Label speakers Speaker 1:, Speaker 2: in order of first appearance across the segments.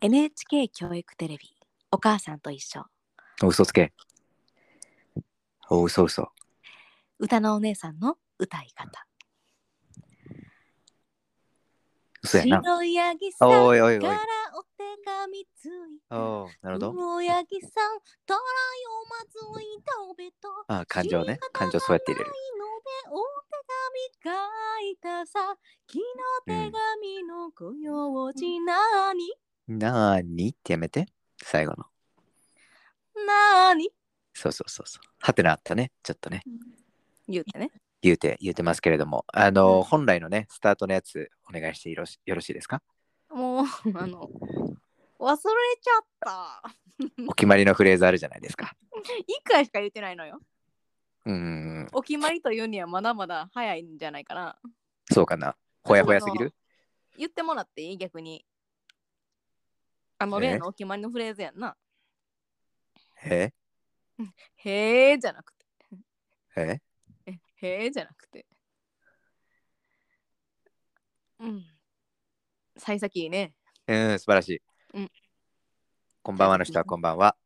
Speaker 1: NHK 教育テレビ「お母さんと一緒
Speaker 2: お嘘つけ。お嘘嘘。
Speaker 1: 歌のお姉さんの歌い方」
Speaker 2: 嘘やな。
Speaker 1: 白いヤギさん
Speaker 2: おいおい
Speaker 1: か
Speaker 2: おい
Speaker 1: ら。お手紙ついた
Speaker 2: おーなるほど。
Speaker 1: おやぎさんたらよまずい食べた
Speaker 2: あー感情ね。感情そうやって入れる。
Speaker 1: ないのでお手紙書いたさ昨日手紙のご用事なに、
Speaker 2: なーにってやめて。最後の。
Speaker 1: なに
Speaker 2: そうそうそうそう。はてなあったね。ちょっとね。
Speaker 1: 言うてね
Speaker 2: 言うて、言うてますけれども。あのー、本来のね、スタートのやつ、お願いしてよろしよろしいですか
Speaker 1: もうあの忘れちゃった
Speaker 2: お決まりのフレーズあるじゃないですか。
Speaker 1: 一回しか言ってないのよ
Speaker 2: うーん、
Speaker 1: お決まりというにはまだまだ早いんじゃないかな
Speaker 2: そうかな。ほやほやすぎる
Speaker 1: 言ってもらっていい逆にあの
Speaker 2: え
Speaker 1: 例のお決まりのフレーズやんな
Speaker 2: え
Speaker 1: へえじゃなくて
Speaker 2: え
Speaker 1: えへえじゃなくてうん幸先いいね
Speaker 2: うん、素晴らしい。
Speaker 1: うん
Speaker 2: こんばんはの人はこんばんは。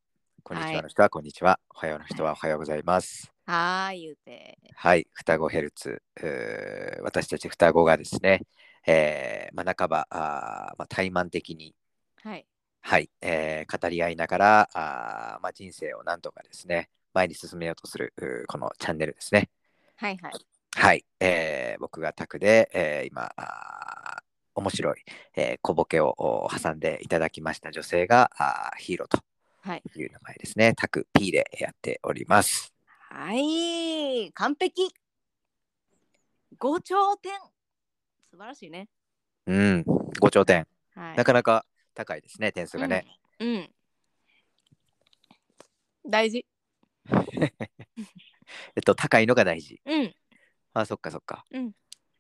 Speaker 2: こんにちはの人はこんにちは。おはようの人はおはようございます。
Speaker 1: はーい言うて
Speaker 2: はい、双子ヘルツ。えー私たち双子がですね、えーまあ、半ばあー、まあ、怠慢的に、
Speaker 1: はい
Speaker 2: はいえー語り合いながら、あーまあ、人生をなんとかですね、前に進めようとするうーこのチャンネルですね。
Speaker 1: はいはい
Speaker 2: はい、えー僕がタクで、えー今あー面白い、えー小ボケをお挟んでいただきました女性があーヒーロー
Speaker 1: はい
Speaker 2: という名前ですね。タク P でやっております。
Speaker 1: はい完璧五頂点素晴らしいね
Speaker 2: うん、ご頂点、
Speaker 1: はい
Speaker 2: なかなか高いですね、点数がね。
Speaker 1: うん、うん大事
Speaker 2: えっと、高いのが大事。
Speaker 1: うん
Speaker 2: あ、そっかそっか。
Speaker 1: うん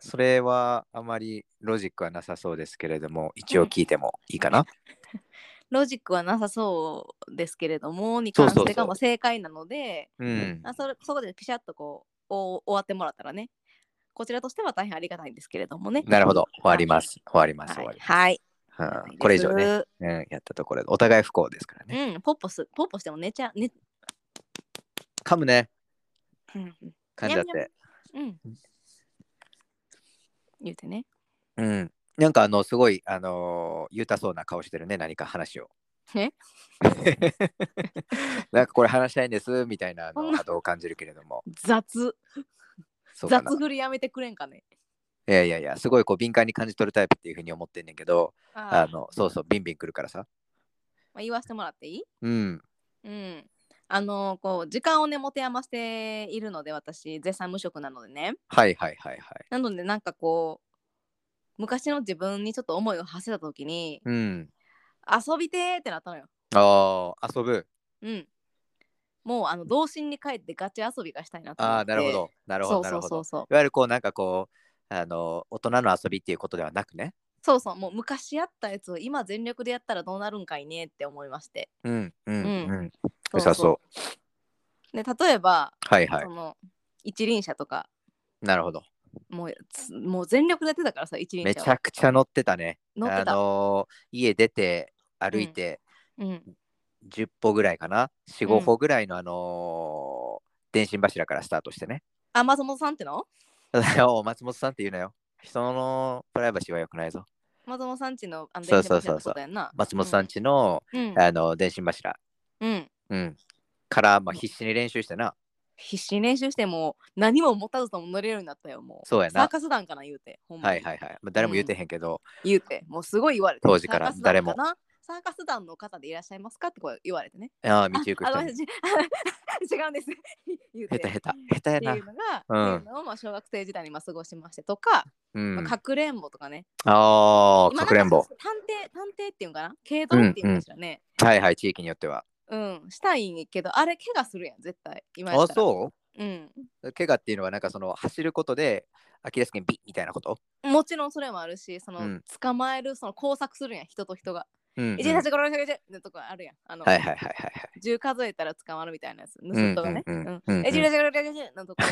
Speaker 2: それはあまりロジックはなさそうですけれども、一応聞いてもいいかな。
Speaker 1: ロジックはなさそうですけれどもに関
Speaker 2: そう
Speaker 1: し
Speaker 2: そう
Speaker 1: て
Speaker 2: そう
Speaker 1: がもう正解なので
Speaker 2: うん、
Speaker 1: あそれそこでピシャッとこうお終わってもらったらねこちらとしては大変ありがたいんですけれどもね
Speaker 2: なるほど。終わりますす。終わります。
Speaker 1: は
Speaker 2: 終わ
Speaker 1: い
Speaker 2: り、
Speaker 1: はい
Speaker 2: ます。うん、これ以上ね、うん、やったところで、お互い不幸ですからね。
Speaker 1: うんポッポすポッポしても寝ちゃ寝
Speaker 2: 噛むね、
Speaker 1: うん
Speaker 2: 噛んじゃって。
Speaker 1: うん言うてね
Speaker 2: うん。なんかあのすごいあのー、言うたそうな顔してるね何か話を。
Speaker 1: え
Speaker 2: なんかこれ話したいんですみたいなあ
Speaker 1: そ
Speaker 2: の
Speaker 1: んな
Speaker 2: 波動を感じるけれども。
Speaker 1: 雑
Speaker 2: そうかな
Speaker 1: 雑振りやめてくれんかね
Speaker 2: いやいやいやすごいこう敏感に感じ取るタイプっていうふうに思ってんねんけど
Speaker 1: あ
Speaker 2: あ
Speaker 1: あ
Speaker 2: のそうそうビンビン来るからさ。
Speaker 1: まあ、言わせてもらっていい
Speaker 2: うん。
Speaker 1: うんあのこう時間をね持て余しているので私絶賛無職なのでね
Speaker 2: はいはいはいはい。
Speaker 1: なのでなんかこう昔の自分にちょっと思いを馳せた時に
Speaker 2: うん。
Speaker 1: 遊びてーってなったのよ。
Speaker 2: ああ遊ぶ。
Speaker 1: うん。もうあの童心に帰ってガチ遊びがしたいなと思って。
Speaker 2: ああなるほどなるほどな
Speaker 1: そ
Speaker 2: る
Speaker 1: うそう
Speaker 2: ほ
Speaker 1: そ
Speaker 2: ど
Speaker 1: う。そう。
Speaker 2: いわゆるこうなんかこうあの大人の遊びっていうことではなくね。
Speaker 1: そうそうもう昔やったやつを今全力でやったらどうなるんかいねって思いまして。
Speaker 2: うんうん
Speaker 1: うん
Speaker 2: うん。良さそう。
Speaker 1: う。で例えば、
Speaker 2: はいはい
Speaker 1: そ。の一輪車とか
Speaker 2: なるほど。
Speaker 1: もうつもう全力でやってたからさ一輪
Speaker 2: め
Speaker 1: 車を
Speaker 2: ちゃくちゃ乗ってたね。
Speaker 1: 乗ってた。
Speaker 2: あのー家出て歩いて
Speaker 1: うん
Speaker 2: 10歩ぐらいかな、
Speaker 1: う
Speaker 2: 45
Speaker 1: ん
Speaker 2: 歩ぐらいのあのー電信柱からスタートしてね
Speaker 1: あ松本さんっての
Speaker 2: お松本さんって言うなよ人のプライバシーは良くないぞ
Speaker 1: 松本さんちのあの
Speaker 2: そう
Speaker 1: 電
Speaker 2: そう
Speaker 1: 車
Speaker 2: そ
Speaker 1: の
Speaker 2: うそう
Speaker 1: ことやんな。
Speaker 2: 松本さんちの、
Speaker 1: うん。
Speaker 2: あの電信柱、
Speaker 1: うん。
Speaker 2: うん、から、まあ、必死に練習してな
Speaker 1: 必死に練習してもう何も持たずとも乗れるようになったよもう
Speaker 2: そうやな
Speaker 1: サーカス団かな言うてほんま
Speaker 2: は
Speaker 1: に
Speaker 2: いはいはい、まあ、誰も言ってへんけど、
Speaker 1: 言うてもうすごい言われて
Speaker 2: 当時から
Speaker 1: サーカス団
Speaker 2: 誰も
Speaker 1: かなサーカス団の方でいらっしゃいますかってこう言われてね
Speaker 2: ああ道行く
Speaker 1: あ
Speaker 2: 人
Speaker 1: あ
Speaker 2: に
Speaker 1: 違う 違うんです言うて
Speaker 2: 下手下手下手や
Speaker 1: って
Speaker 2: な
Speaker 1: いうのが、
Speaker 2: うん
Speaker 1: っていうのをまあ小学生時代にまあ過ごしましてとか、
Speaker 2: うん、
Speaker 1: まあ、かくれんぼとかね
Speaker 2: ああ
Speaker 1: 今
Speaker 2: かくれんぼ
Speaker 1: なんか探偵探偵っていうんかな軽度っていうんかしらね
Speaker 2: はいはい地域によっては
Speaker 1: うん、したいんけどあれ怪我するやん絶対今
Speaker 2: あ
Speaker 1: う
Speaker 2: そう
Speaker 1: うん
Speaker 2: 怪我っていうのはなんかその走ることでアキレス腱ビッみたいなこと、
Speaker 1: もちろんそれもあるしその、
Speaker 2: うん
Speaker 1: 捕まえるその工作するんや人と人が
Speaker 2: うんうん
Speaker 1: 1日5 6 7のとこあるやんあの、
Speaker 2: はいはいはいはいはい。
Speaker 1: 10数えたら捕まるみたいなやつ盗
Speaker 2: うんうん
Speaker 1: 人がね
Speaker 2: うん
Speaker 1: うん
Speaker 2: うんうん
Speaker 1: 1日5 6 7のとこ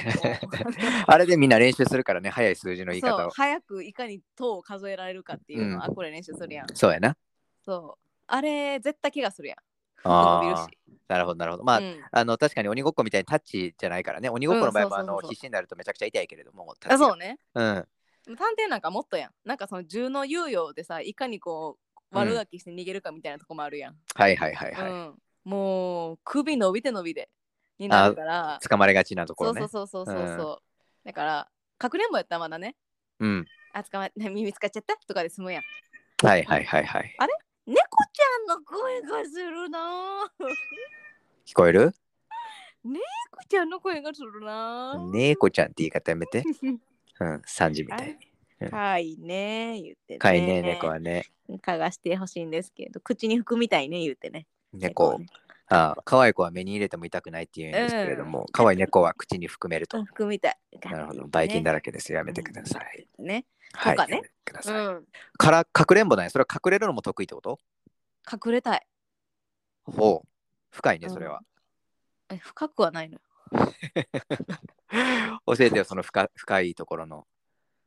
Speaker 2: あれでみんな練習するからね、早い数字 の言い
Speaker 1: そ
Speaker 2: 方
Speaker 1: う
Speaker 2: を。
Speaker 1: 早くいかに塔を数えられるかっていうのを、
Speaker 2: うん
Speaker 1: あこれ練習するやん
Speaker 2: そうやな。
Speaker 1: そうあれ絶対怪我するやん。
Speaker 2: あ
Speaker 1: 伸びる
Speaker 2: ー
Speaker 1: し。
Speaker 2: なるほど、なるほど。まあ、
Speaker 1: うん
Speaker 2: あの確かに鬼ごっこみたいにタッチじゃないからね。鬼ごっこの場合は、
Speaker 1: うんそうそうそう
Speaker 2: あ
Speaker 1: そ
Speaker 2: の
Speaker 1: う
Speaker 2: 必死になるとめちゃくちゃ痛いけれども。タッ
Speaker 1: あ
Speaker 2: チが
Speaker 1: そうね。
Speaker 2: うん。
Speaker 1: 探偵なんかもっとやん。なんかその銃の猶予でさ、いかにこう悪ガキして逃げるかみたいなとこもあるやん。
Speaker 2: はいはいはいはい。
Speaker 1: うん、もう首伸びて伸びてになるから。
Speaker 2: 掴まれがちなとこ
Speaker 1: そ
Speaker 2: ろ
Speaker 1: う
Speaker 2: ね。
Speaker 1: そうそうそうそうそう。だから、かくれんぼやったらまだね、
Speaker 2: うん。
Speaker 1: あつかまえ、 耳つかっちゃったとかで済むやん。
Speaker 2: はいはいはいはい。
Speaker 1: 猫ちゃんの声がするなぁ。
Speaker 2: 聞こえる
Speaker 1: 猫ちゃんの声がするなぁ。
Speaker 2: 猫ちゃんって言い方やめて。うん、3時みたい に。
Speaker 1: かいね、言ってね。
Speaker 2: かいね、猫はね。
Speaker 1: 嗅がしてほしいんですけど、口に含みたいね、言ってね。
Speaker 2: 猫
Speaker 1: ね。
Speaker 2: ああ可愛い子は目に入れても痛くないっていうんですけれども、
Speaker 1: うん
Speaker 2: 可愛い猫は口に含める
Speaker 1: う
Speaker 2: と
Speaker 1: ん。含みたい。
Speaker 2: なるほど。ばい菌だ
Speaker 1: ら
Speaker 2: らけですよ。やめてください。
Speaker 1: ね。
Speaker 2: はい。
Speaker 1: とかね
Speaker 2: やめてくだ
Speaker 1: う
Speaker 2: さい。
Speaker 1: ん。
Speaker 2: から、かくれんぼない。それは隠れるのも得意ってこと
Speaker 1: 隠れたい。
Speaker 2: ほう。深いね、
Speaker 1: うん
Speaker 2: それは。
Speaker 1: え深くはないのよ。
Speaker 2: 教えてよ、その深深いところの、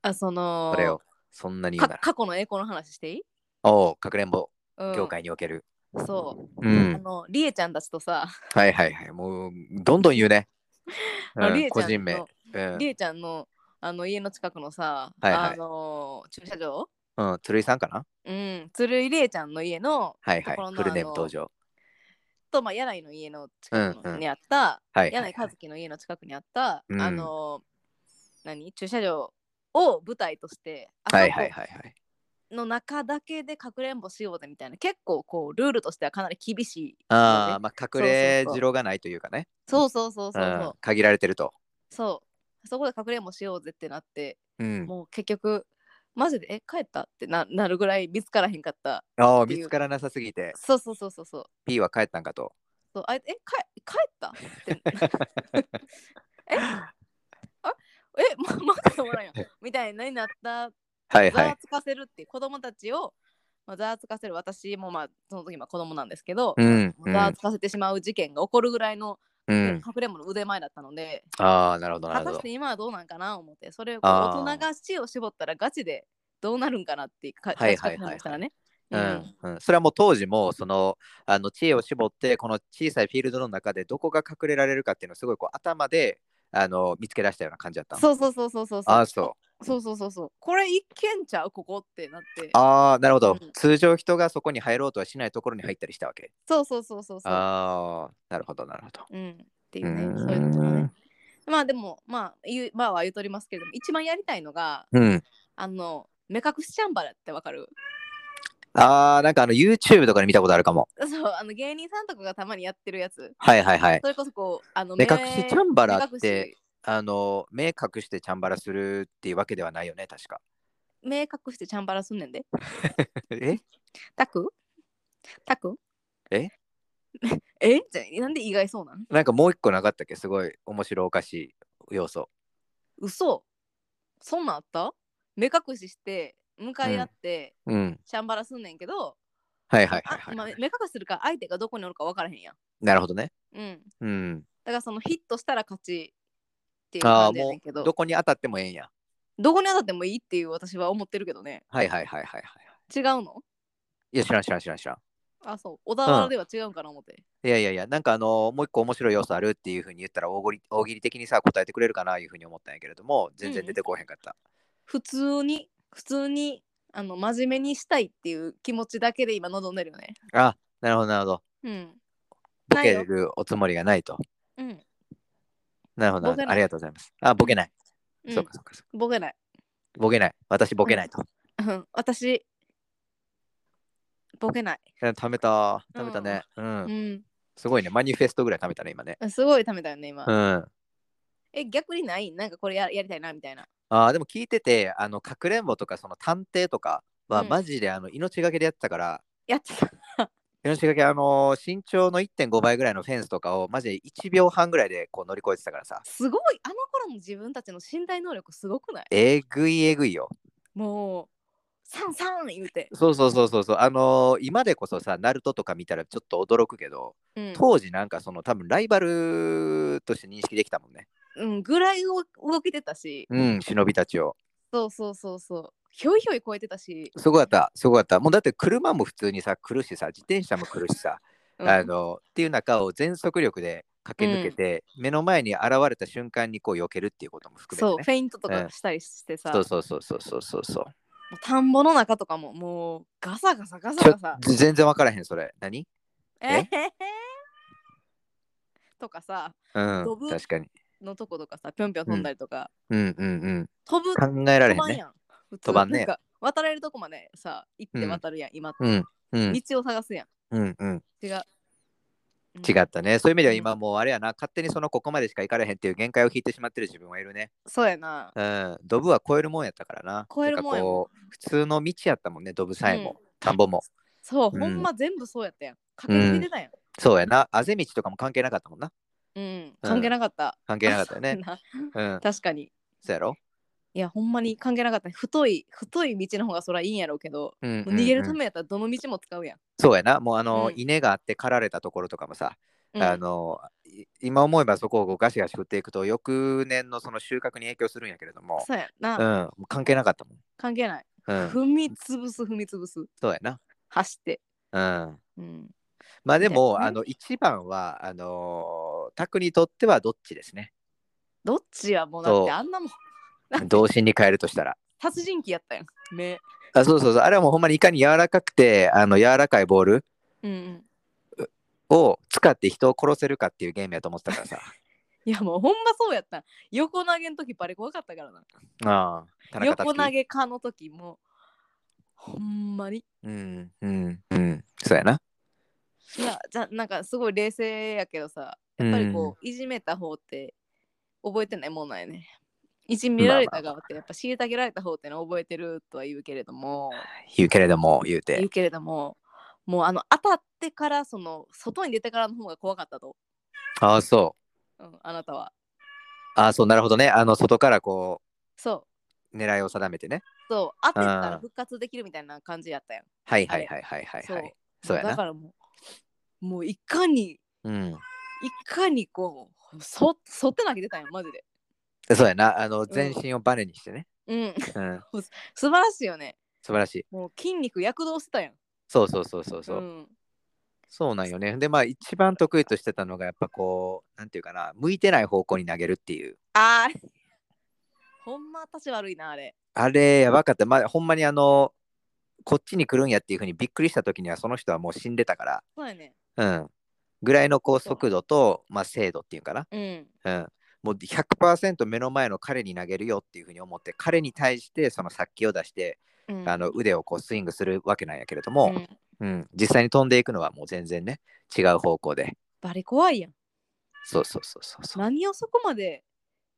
Speaker 1: あ、その
Speaker 2: それを。そんなに言
Speaker 1: か
Speaker 2: うなら。
Speaker 1: 過去の栄光の話していい、
Speaker 2: おう、かくれんぼ
Speaker 1: うん、
Speaker 2: 業界における。
Speaker 1: そうう。あ
Speaker 2: ん。
Speaker 1: の、りえちゃんたちとさ、
Speaker 2: はいはいはい。もう、どんどん言うね。
Speaker 1: あの
Speaker 2: うん
Speaker 1: りえち
Speaker 2: 個
Speaker 1: ゃ
Speaker 2: 人
Speaker 1: ん
Speaker 2: 名
Speaker 1: の。
Speaker 2: うん
Speaker 1: りえちゃんのあの家の近くのさ、
Speaker 2: はいはい
Speaker 1: あのー駐車場
Speaker 2: うん、鶴井さんかな
Speaker 1: うん、鶴井りえちゃんの家の
Speaker 2: はい
Speaker 1: とこ
Speaker 2: は
Speaker 1: ろ
Speaker 2: い。
Speaker 1: の
Speaker 2: フルネーム
Speaker 1: あの
Speaker 2: 登場。
Speaker 1: と、まあ、柳井の家の近く
Speaker 2: うんう
Speaker 1: の
Speaker 2: ん
Speaker 1: にあった、
Speaker 2: はいはい
Speaker 1: 柳井和樹の家の近くにあった、
Speaker 2: うん
Speaker 1: あのー何駐車場を舞台として、
Speaker 2: はい
Speaker 1: あそ
Speaker 2: はい
Speaker 1: こ
Speaker 2: はいはい。
Speaker 1: の中だけでかくれんぼしようぜみたいな結構こうルールとしてはかなり厳しい、
Speaker 2: ああ、
Speaker 1: ね
Speaker 2: まあ、隠れ城がないというかね。
Speaker 1: そうそうそうそうそう、
Speaker 2: うん限られてると。
Speaker 1: そうそこでかくれんぼしようぜってなって
Speaker 2: うん。
Speaker 1: もう結局マジでえ帰ったってななるぐらい見つからへんかった
Speaker 2: ああ、
Speaker 1: っていう
Speaker 2: 見つからなさすぎて、
Speaker 1: そうそうそうそうそう
Speaker 2: P は帰ったんかと。
Speaker 1: そうあえ帰帰ったって えあえ ままだもらんやんみたいなになった
Speaker 2: はい
Speaker 1: ざ
Speaker 2: は
Speaker 1: わ
Speaker 2: い。
Speaker 1: つかせるっていう子供たちを、まあ、ざわつかせる私もまあその時まあ子供なんですけど、
Speaker 2: うん。う
Speaker 1: ざわ
Speaker 2: ん
Speaker 1: つかせてしまう事件が起こるぐらいの、
Speaker 2: う
Speaker 1: 隠
Speaker 2: ん。
Speaker 1: れんぼの腕前だったので
Speaker 2: ああ、なるほど、な
Speaker 1: 果
Speaker 2: るほ
Speaker 1: たし
Speaker 2: ど
Speaker 1: て。今はどうなんかな思ってそれをこう
Speaker 2: あー
Speaker 1: 大人が知恵を絞ったらガチでどうなるんかなっていうか
Speaker 2: はいは
Speaker 1: 価
Speaker 2: いはいはい
Speaker 1: 値観からしたらね。
Speaker 2: う
Speaker 1: うん
Speaker 2: ん、うん、それはもう当時もそのあの知恵を絞ってこの小さいフィールドの中でどこが隠れられるかっていうのをすごいこう頭であの見つけ出したような感じだったの
Speaker 1: そうそうそうそうそうそう。
Speaker 2: ああそう
Speaker 1: そうそうそうそう。これ一見ちゃうここってなって。
Speaker 2: ああなるほど、
Speaker 1: うん
Speaker 2: 通常人がそこに入ろうとはしないところに入ったりしたわけ
Speaker 1: そうそうそうそうそう。
Speaker 2: ああなるほどなるほど
Speaker 1: うん。っていううね。そういうことが
Speaker 2: ー
Speaker 1: ね
Speaker 2: ん。
Speaker 1: まあでもまあ言うまあは言うとりますけれども一番やりたいのが
Speaker 2: うん
Speaker 1: あの目隠しチャンバラってわかる
Speaker 2: ああなんかあの YouTube とかで見たことあるかも
Speaker 1: そうあの芸人さんとかがたまにやってるやつ。
Speaker 2: はいはいはい
Speaker 1: それこそこうあの
Speaker 2: 目隠しチャンバラって
Speaker 1: 目隠し
Speaker 2: あの目隠してチャンバラするっていうわけではないよね確か
Speaker 1: 目隠してチャンバラすんねんで。
Speaker 2: え
Speaker 1: タクタク
Speaker 2: え
Speaker 1: え じゃあなんで意外そうなん
Speaker 2: なんかもう一個なかったっけすごい面白おかしい要素
Speaker 1: 嘘そんなんあった目隠しして向かい合って、
Speaker 2: うん
Speaker 1: チャンバラすんねんけど、
Speaker 2: はいはいは
Speaker 1: あ
Speaker 2: いはい、
Speaker 1: まあ目隠しするから相手がどこにおるか分からへんやん。
Speaker 2: なるほどね
Speaker 1: うん。
Speaker 2: うん
Speaker 1: だからそのヒットしたら勝ちっていう
Speaker 2: ああ
Speaker 1: 感じや
Speaker 2: も
Speaker 1: ねんけ
Speaker 2: う
Speaker 1: ど
Speaker 2: どこに当たってもええんや
Speaker 1: どこに当たってもいいっていう私は思ってるけどね。
Speaker 2: はいはいはいはいは
Speaker 1: 違
Speaker 2: い
Speaker 1: うの
Speaker 2: いや知らん知らん知らん知らん
Speaker 1: あ、そう。小田原では違うんかな思って。
Speaker 2: いやいやいやなんかあのもう一個面白い要素あるっていうふうに言ったら大ごり大喜利的にさ答えてくれるかないうふうに思ったんやけれども全然出てこへんかった、
Speaker 1: 普通に、普通に、あの、真面目にしたいっていう気持ちだけで今望んでるよね。
Speaker 2: あなるほどなるほど
Speaker 1: うん。
Speaker 2: ボ
Speaker 1: ない
Speaker 2: ケ
Speaker 1: よ
Speaker 2: るおつもりがないと
Speaker 1: うん。
Speaker 2: なるほどな
Speaker 1: ボケ
Speaker 2: るほ
Speaker 1: ない
Speaker 2: どありがとうございますあボケない、
Speaker 1: う
Speaker 2: そうか
Speaker 1: ん。
Speaker 2: そうかそうか
Speaker 1: ボケない。
Speaker 2: ボケない私ボケないと、
Speaker 1: うん。私、ボケない。
Speaker 2: え貯めた貯めたね、うん
Speaker 1: うん。
Speaker 2: すごいねマニフェストぐらい貯めたね今ね
Speaker 1: すごいためたよね、今。
Speaker 2: うん
Speaker 1: え、逆にないなんかこれややりたいな、みたいな。
Speaker 2: あーでも聞いててあのかくれんぼとかその探偵とかは
Speaker 1: うん
Speaker 2: マジであの命がけでやってたから、
Speaker 1: やってた。
Speaker 2: 命がけあのー身長の1.5倍ぐらいのフェンスとかをマジで1秒半ぐらいでこう乗り越えてたからさ
Speaker 1: すごいあの頃の自分たちの身体能力すごくない
Speaker 2: えぐいえぐいよ
Speaker 1: もう、サンサン言うて。
Speaker 2: そうそうそうそうそうあのー今でこそさナルトとか見たらちょっと驚くけど
Speaker 1: うん。
Speaker 2: 当時なんかその多分ライバルとして認識できたもんね
Speaker 1: うん、ぐらい動動けてたし、
Speaker 2: うん忍びたちを
Speaker 1: そうそうそうそう。ひょいひょい超えてたし、
Speaker 2: すごかった、すごかった。もうだって車も普通にさ、来るしさ、自転車も来るしさ、
Speaker 1: うん
Speaker 2: あのっていう中を全速力で駆け抜けて、目の前に現れた瞬間にこう避けるっていうことも含
Speaker 1: そう
Speaker 2: め
Speaker 1: フ
Speaker 2: てね。
Speaker 1: ェイントとかしたりしてさ、
Speaker 2: そうそうそうそうそうそうそう。
Speaker 1: もう田んぼの中とかももうガサガサガサ
Speaker 2: ちょ
Speaker 1: ガサ
Speaker 2: 全然分からへん、それ。何
Speaker 1: え
Speaker 2: え
Speaker 1: へへとかさ
Speaker 2: う
Speaker 1: ド
Speaker 2: ん、
Speaker 1: ブ
Speaker 2: 確かに。
Speaker 1: のとことかさぴょんぴょん飛んだりとか、
Speaker 2: うんうん
Speaker 1: 飛ぶ
Speaker 2: うん。考えら
Speaker 1: 飛
Speaker 2: れへん
Speaker 1: ばん
Speaker 2: ね。
Speaker 1: やん普通
Speaker 2: 飛ばんね
Speaker 1: なんか渡れるとこまでさ行って渡るやん、今って、
Speaker 2: うんうん
Speaker 1: 道を探すやん
Speaker 2: うんうん。
Speaker 1: 違う、うん
Speaker 2: 違ったね。そういう意味では今もうあれやな、勝手にそのここまでしか行かれへんっていう限界を引いてしまってる自分はいるね。
Speaker 1: そうやな
Speaker 2: うん、ドブは超えるもんやったからな。
Speaker 1: 超えるもんやも
Speaker 2: てかこう普通の道やったもんね、ドブさえも、
Speaker 1: う
Speaker 2: 田んぼも。
Speaker 1: そう、
Speaker 2: うん
Speaker 1: ほんま全部そうやったやん駆け抜けてたやん
Speaker 2: そうやな、あぜ道とかも関係なかったもんな。
Speaker 1: うん、関係なかった、
Speaker 2: 関係なかったよね。
Speaker 1: な
Speaker 2: うん、
Speaker 1: 確かに
Speaker 2: そうやろ。
Speaker 1: いやほんまに関係なかった太い太い道の方がそりゃいいんやろうけど、
Speaker 2: うんうんうん
Speaker 1: 逃げるためやったらどの道も使うやん、
Speaker 2: そうやな、もうあの、
Speaker 1: うん
Speaker 2: 稲があって刈られたところとかもさ、
Speaker 1: うん
Speaker 2: あのい今思えばそこをこうガシガシ振っていくと、翌年のその収穫に影響するんやけれども、
Speaker 1: そうやな、
Speaker 2: うん、もう関係なかったもん。
Speaker 1: 関係ない、
Speaker 2: うん、
Speaker 1: 踏み潰す踏み潰す
Speaker 2: そうやな。
Speaker 1: 走って
Speaker 2: うん、
Speaker 1: うん
Speaker 2: まあで
Speaker 1: み
Speaker 2: も、
Speaker 1: たいなね
Speaker 2: あの一番は、あのー、タクにとってはどっちですね。
Speaker 1: どっちやもうだっ
Speaker 2: そう
Speaker 1: てあんなもん
Speaker 2: 童心に変えるとしたら。
Speaker 1: 殺人鬼やったやん目
Speaker 2: あそうそうそうあれはもうほんまにいかに柔らかくてあの柔らかいボール
Speaker 1: うんうん
Speaker 2: を使って人を殺せるかっていうゲームやと思ってたか らさ
Speaker 1: いやもうほんまそうやった横投げの時バレ怖かったからな
Speaker 2: ああ田中
Speaker 1: 横
Speaker 2: 達
Speaker 1: 投
Speaker 2: 樹
Speaker 1: げかの時もほんまに
Speaker 2: うんうんうんそうやない
Speaker 1: やじゃなんかすごい冷静やけどさやっぱりこう、いじめた方って覚えてないもんなんやねいじめられた側ってやっぱ虐げられた方ってのは覚えてるとは言うけれども
Speaker 2: 言うけれども言う
Speaker 1: 言う
Speaker 2: て
Speaker 1: けれどももうあの当たってからその外に出てからの方が怖かったと、
Speaker 2: ああそう
Speaker 1: うん、あなたは
Speaker 2: ああそうなるほどねあの外からこ
Speaker 1: そう
Speaker 2: う狙いを定めてね
Speaker 1: そう当てた
Speaker 2: あ
Speaker 1: ら
Speaker 2: ー
Speaker 1: 復活できるみたいな感じやったやん
Speaker 2: はいはいはいはいはい
Speaker 1: そ
Speaker 2: は
Speaker 1: う
Speaker 2: いそうや
Speaker 1: だ
Speaker 2: な
Speaker 1: からもうもういかに
Speaker 2: うん
Speaker 1: いかにこうそそって投げてたんやマジで
Speaker 2: そうやなあの全身をバネにしてね
Speaker 1: うん
Speaker 2: うん
Speaker 1: 素晴らしいよね
Speaker 2: 素晴らしい
Speaker 1: もう筋肉躍動してたやん
Speaker 2: そうそうそうそうそう、
Speaker 1: ん、
Speaker 2: そうなんよねでまあ一番得意としてたのがやっぱこうなんていうかな向いてない方向に投げるっていう
Speaker 1: あーほんま立ち悪いなあれ
Speaker 2: あれ、やばかった。まあ、ほんまにあの、こっちに来るんやっていうふうにびっくりした時には、その人はもう死んでたか
Speaker 1: そうやね
Speaker 2: ら、うん。ぐらいのこう速度と、まあ、精度っていうかな。
Speaker 1: うん
Speaker 2: うん。もう100%目の前の彼に投げるよっていうふうに思って、彼に対してその殺気を出して、
Speaker 1: うん
Speaker 2: あの腕をこうスイングするわけなんやけれど
Speaker 1: う
Speaker 2: も、
Speaker 1: ん、
Speaker 2: うん、実際に飛んでいくのはもう全然ね、違う方向で。
Speaker 1: バリ怖いやん
Speaker 2: そうそうそうそうそう。
Speaker 1: 何をそこまで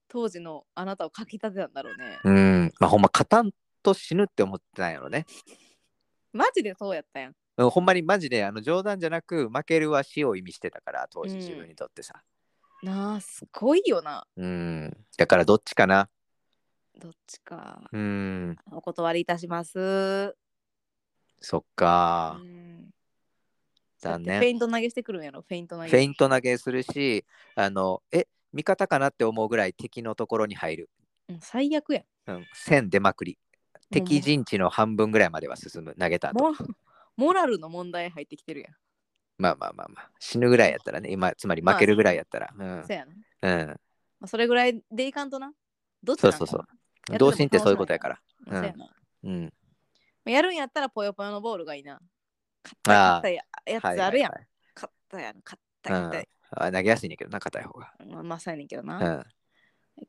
Speaker 1: 当時のあなたをかきたてたんだろうね、
Speaker 2: うん。まあ、ほんま、勝たんと死ぬって思ってたんやろね。
Speaker 1: マジでそうやったやん
Speaker 2: うんほんまにマジであの冗談じゃなく負けるは死を意味してたから当時自分にとってさ、
Speaker 1: なあすごいよな
Speaker 2: うん、だからどっちかな
Speaker 1: どっちか
Speaker 2: うん
Speaker 1: お断りいたします
Speaker 2: そっか
Speaker 1: うんだっ
Speaker 2: 残
Speaker 1: て
Speaker 2: 念
Speaker 1: フェイント投げしてくるんやろフェイント投げ
Speaker 2: フェイント投げするしあのえ味方かなって思うぐらい敵のところに入る、
Speaker 1: うん最悪やん
Speaker 2: うん、線出まくり敵陣地の半分ぐらいまでは進む投げた後
Speaker 1: モモラルの問題入ってきてるやん、
Speaker 2: まあまあまあまあ死ぬぐらいやったらね今つまり負けるぐらいやったら、
Speaker 1: そやな、ま
Speaker 2: うん、うん、
Speaker 1: あ、それぐらいでいかんとなどっち
Speaker 2: そ
Speaker 1: なんか
Speaker 2: うそうそう
Speaker 1: やってても
Speaker 2: 同心ってそういうことやから
Speaker 1: なそうやな
Speaker 2: うん
Speaker 1: まあやるんやったらぽよぽよのボールがいいな。
Speaker 2: あー
Speaker 1: 硬いやつあるやん
Speaker 2: は。い
Speaker 1: 硬、いやん。硬い
Speaker 2: はいはいあ投げやすいねんけどな硬い方が
Speaker 1: 硬い。まあ、さやねんけどな。
Speaker 2: う
Speaker 1: だ
Speaker 2: ん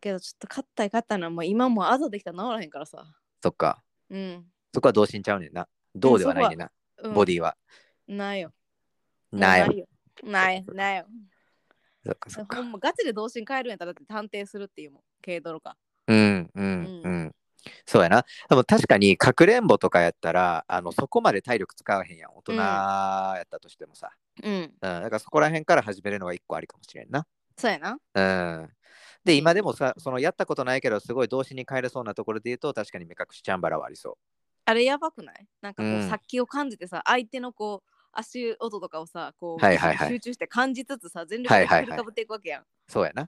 Speaker 1: けどちょっと硬い硬いのはもう今もうあざできたら治らへんからさ。
Speaker 2: そっか
Speaker 1: うん。
Speaker 2: そこは同心ちゃうねんな。同ではないねんな。
Speaker 1: うん、
Speaker 2: ボディは。
Speaker 1: ィ。ないよ。
Speaker 2: ない
Speaker 1: もう。ないよ。ないよ。
Speaker 2: そっかそっ
Speaker 1: ほ
Speaker 2: か。
Speaker 1: んまガチで同心変えるんやったらだって探偵するっていうもん。軽泥か。
Speaker 2: うんうん
Speaker 1: う
Speaker 2: うん。そうやな。でも確かにかくれんぼとかやったらあのそこまで体力使わへんやん。大人
Speaker 1: うん
Speaker 2: やったとしてもさ。
Speaker 1: うん。
Speaker 2: うん。だからそこら辺から始めるのが一個ありかもしれんな。
Speaker 1: そうやな。
Speaker 2: うん。で今でもさそのやったことないけどすごい同心に帰れそうなところで言うと確かに目隠しチャンバラはありそ
Speaker 1: あれやばくないなんかこ
Speaker 2: う
Speaker 1: うん殺気を感じてさ、相手のこう足音とかをさ、こう、
Speaker 2: はいはいはい
Speaker 1: 集中して感じつつさ、全力
Speaker 2: はい
Speaker 1: で
Speaker 2: はいはい
Speaker 1: 振りかぶっていくわけやん。
Speaker 2: う。そうやな。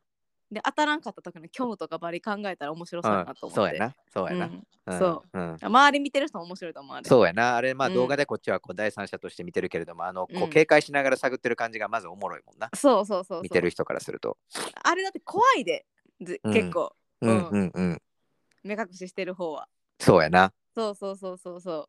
Speaker 1: で当たらんかった時の虚無とかバリ考えたら面白そう
Speaker 2: う
Speaker 1: や
Speaker 2: ん
Speaker 1: なと思って、
Speaker 2: そうやな。そうやな。ん
Speaker 1: そ
Speaker 2: うん。
Speaker 1: うん周り見てる人も面白いと思うあれ
Speaker 2: そうやな。あれ、まあ
Speaker 1: うん
Speaker 2: 動画でこっちはこう第三者として見てるけれども、あの、
Speaker 1: う
Speaker 2: こ
Speaker 1: ん
Speaker 2: う警戒しながら探ってる感じがまずおもろいもんな。
Speaker 1: そうそうそうそう
Speaker 2: 見てる人からすると。
Speaker 1: あれだって怖いでず
Speaker 2: うん
Speaker 1: 結構、
Speaker 2: うんうんうん。
Speaker 1: 目隠ししてる方は
Speaker 2: そうやな。
Speaker 1: そうそうそうそうそう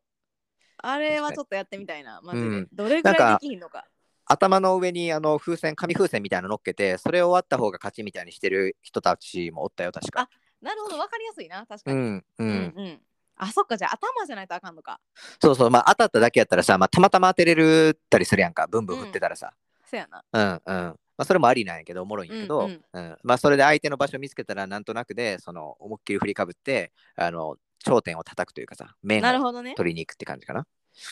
Speaker 1: あれはちょっとやってみたいなマジで、
Speaker 2: うん
Speaker 1: どれぐらいできひんのか
Speaker 2: 頭の上にあの風船、紙風船みたいなの乗っけて、それを割った方が勝ちみたいにしてる人たちもおったよ、確か。
Speaker 1: なるほどわかりやすいな確か
Speaker 2: う
Speaker 1: に、
Speaker 2: んう。
Speaker 1: うんうんあそっかじゃあ頭じゃないとあかんのか
Speaker 2: そうそう、まあ当たっただけやったらさ、まあたまたま当てれるったりするやんか、ブンブン振ってたらさ。
Speaker 1: そやな
Speaker 2: うんうん。まあそれもありなんやけど、おもろいんやけ
Speaker 1: う
Speaker 2: ど、うんん
Speaker 1: うん
Speaker 2: まあそれで相手の場所見つけたら、なんとなくで、その思いっきり振りかぶって、あの、頂点を叩くというかさ、面
Speaker 1: なる
Speaker 2: を
Speaker 1: ほどね
Speaker 2: 取りに行くって感じかな。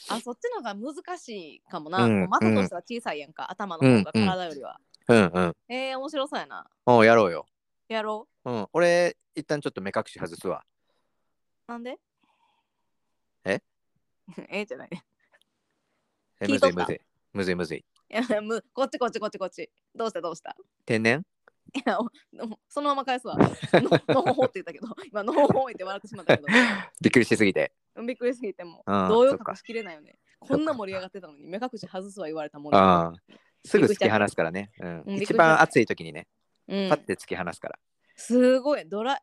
Speaker 1: あそっちの方が難しいかもな、
Speaker 2: うん
Speaker 1: こう的としては小さいやんか頭の方が体よりは、
Speaker 2: うんうん。
Speaker 1: えー、面白そうやな
Speaker 2: おうやろうよ。
Speaker 1: やろ
Speaker 2: うん。俺、一旦ちょっと目隠し外すわ。
Speaker 1: うなんで
Speaker 2: え
Speaker 1: ええじゃない
Speaker 2: え
Speaker 1: 聞
Speaker 2: む
Speaker 1: いとっ
Speaker 2: ずい
Speaker 1: た
Speaker 2: むずい。むずいむずい。
Speaker 1: いやむこっちこっちこっちこっちどうしたどうした
Speaker 2: 天然
Speaker 1: いやおそのまま返 すわののほほって言ったけど今のほほって笑ってしまったけ
Speaker 2: びっくりしすぎて。
Speaker 1: どびっくりすぎてもう
Speaker 2: あー
Speaker 1: 動揺
Speaker 2: そっか
Speaker 1: 隠しきれないよねこんな盛り上がってたのに目隠し外すわ言われたもん
Speaker 2: ああ。すぐ
Speaker 1: びっくり
Speaker 2: 突
Speaker 1: しちゃっ
Speaker 2: き
Speaker 1: た
Speaker 2: 放すからね。う
Speaker 1: う
Speaker 2: ん
Speaker 1: んびっくりしち
Speaker 2: 一
Speaker 1: ゃった
Speaker 2: 番暑い時にね、
Speaker 1: う
Speaker 2: パ
Speaker 1: ん
Speaker 2: ッ、て突き放すから。
Speaker 1: すごいドラ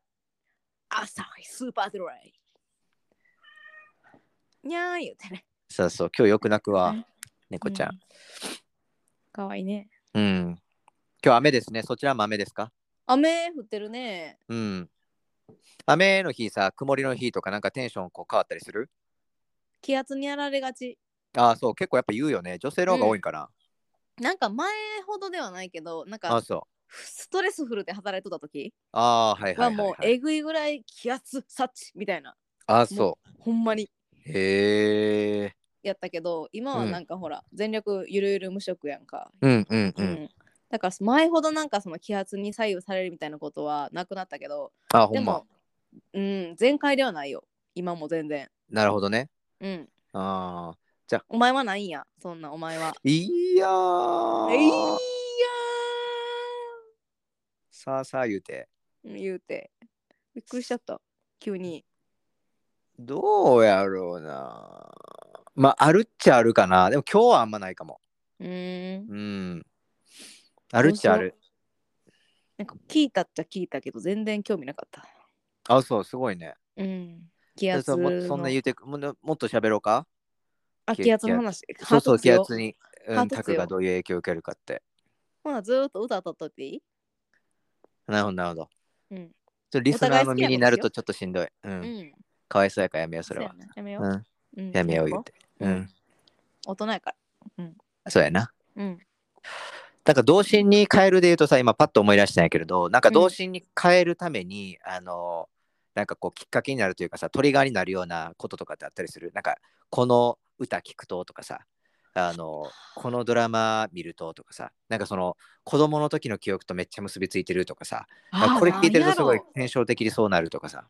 Speaker 1: 朝いスーパードライにゃー言うてね
Speaker 2: そうそう、今日よく泣くわ
Speaker 1: うん、
Speaker 2: 猫ちゃ。
Speaker 1: うんかわいいね
Speaker 2: うん。今日雨ですね。そちらも雨ですか
Speaker 1: 雨降ってるね
Speaker 2: うん。雨の日さ、曇りの日とかなんかテンションこう変わったりする
Speaker 1: 気圧にやられがち
Speaker 2: ああ、そう、結構やっぱ言うよね。女性の方が多いんかな。
Speaker 1: なんか前ほどではないけどなん
Speaker 2: ああ、
Speaker 1: か
Speaker 2: そう。
Speaker 1: ストレスフルで働いとった時
Speaker 2: ああ、はいは
Speaker 1: はい
Speaker 2: はい、
Speaker 1: もう
Speaker 2: はい。
Speaker 1: えぐいぐらい気圧察知みたいな
Speaker 2: ああ、そ
Speaker 1: ほんまに
Speaker 2: う。へえ。
Speaker 1: やったけど今はなんかほら、全力ゆるゆる無職やんか、
Speaker 2: うんうんう。
Speaker 1: うんんだから前ほどなんかその気圧に左右されるみたいなことはなくなったけど
Speaker 2: ああ、ほ
Speaker 1: で
Speaker 2: んま
Speaker 1: も。、うん全開ではないよ今も全然
Speaker 2: なるほどね。
Speaker 1: うん
Speaker 2: ああ。
Speaker 1: お前はないんやそんなお前はい
Speaker 2: やー。
Speaker 1: えいや
Speaker 2: さあさあ言うて。
Speaker 1: ー言うてびっくりしちゃった急に
Speaker 2: どうやろうな。まあ、あるっちゃあるかな。でも今日はあんまないかも。
Speaker 1: うーん
Speaker 2: うん。あるっちゃある。
Speaker 1: なんか聞いたっちゃ聞いたけど全然興味なかった
Speaker 2: あ、そう、すごいね。
Speaker 1: うん気
Speaker 2: そ
Speaker 1: 圧
Speaker 2: そも
Speaker 1: の
Speaker 2: そんな言うてく、もうもっと喋ろうか
Speaker 1: あ
Speaker 2: 気
Speaker 1: 気圧の話
Speaker 2: そうそう、気
Speaker 1: ハート強
Speaker 2: 圧に、
Speaker 1: ハー
Speaker 2: うん、
Speaker 1: ト強
Speaker 2: タクがどういう影響を受けるかって。
Speaker 1: ほなずーっと歌歌っとっていい
Speaker 2: なるほど、なるほど。
Speaker 1: うん
Speaker 2: ちょリスナーの身になる
Speaker 1: お互い好きなことしよう
Speaker 2: とちょっとしんどい。う。
Speaker 1: うんん
Speaker 2: かわいそうやからやめよう、それは
Speaker 1: う。やなやめよう、
Speaker 2: うん。
Speaker 1: うん
Speaker 2: やめよう言うて。
Speaker 1: う
Speaker 2: うんん。
Speaker 1: 大人やから
Speaker 2: そうやな。
Speaker 1: うん
Speaker 2: なんか童心に変えるで言うとさ今パッと思い出したんやけれどなんか童心に変えるために、あのなんかこうきっかけになるというかさトリガーになるようなこととかってあったりするなんかこの歌聞くととかさあのこのドラマ見るととかさなんかその子供の時の記憶とめっちゃ結びついてるとかさなんかこれ聞いてるとすごい変象的にそうなるとかさ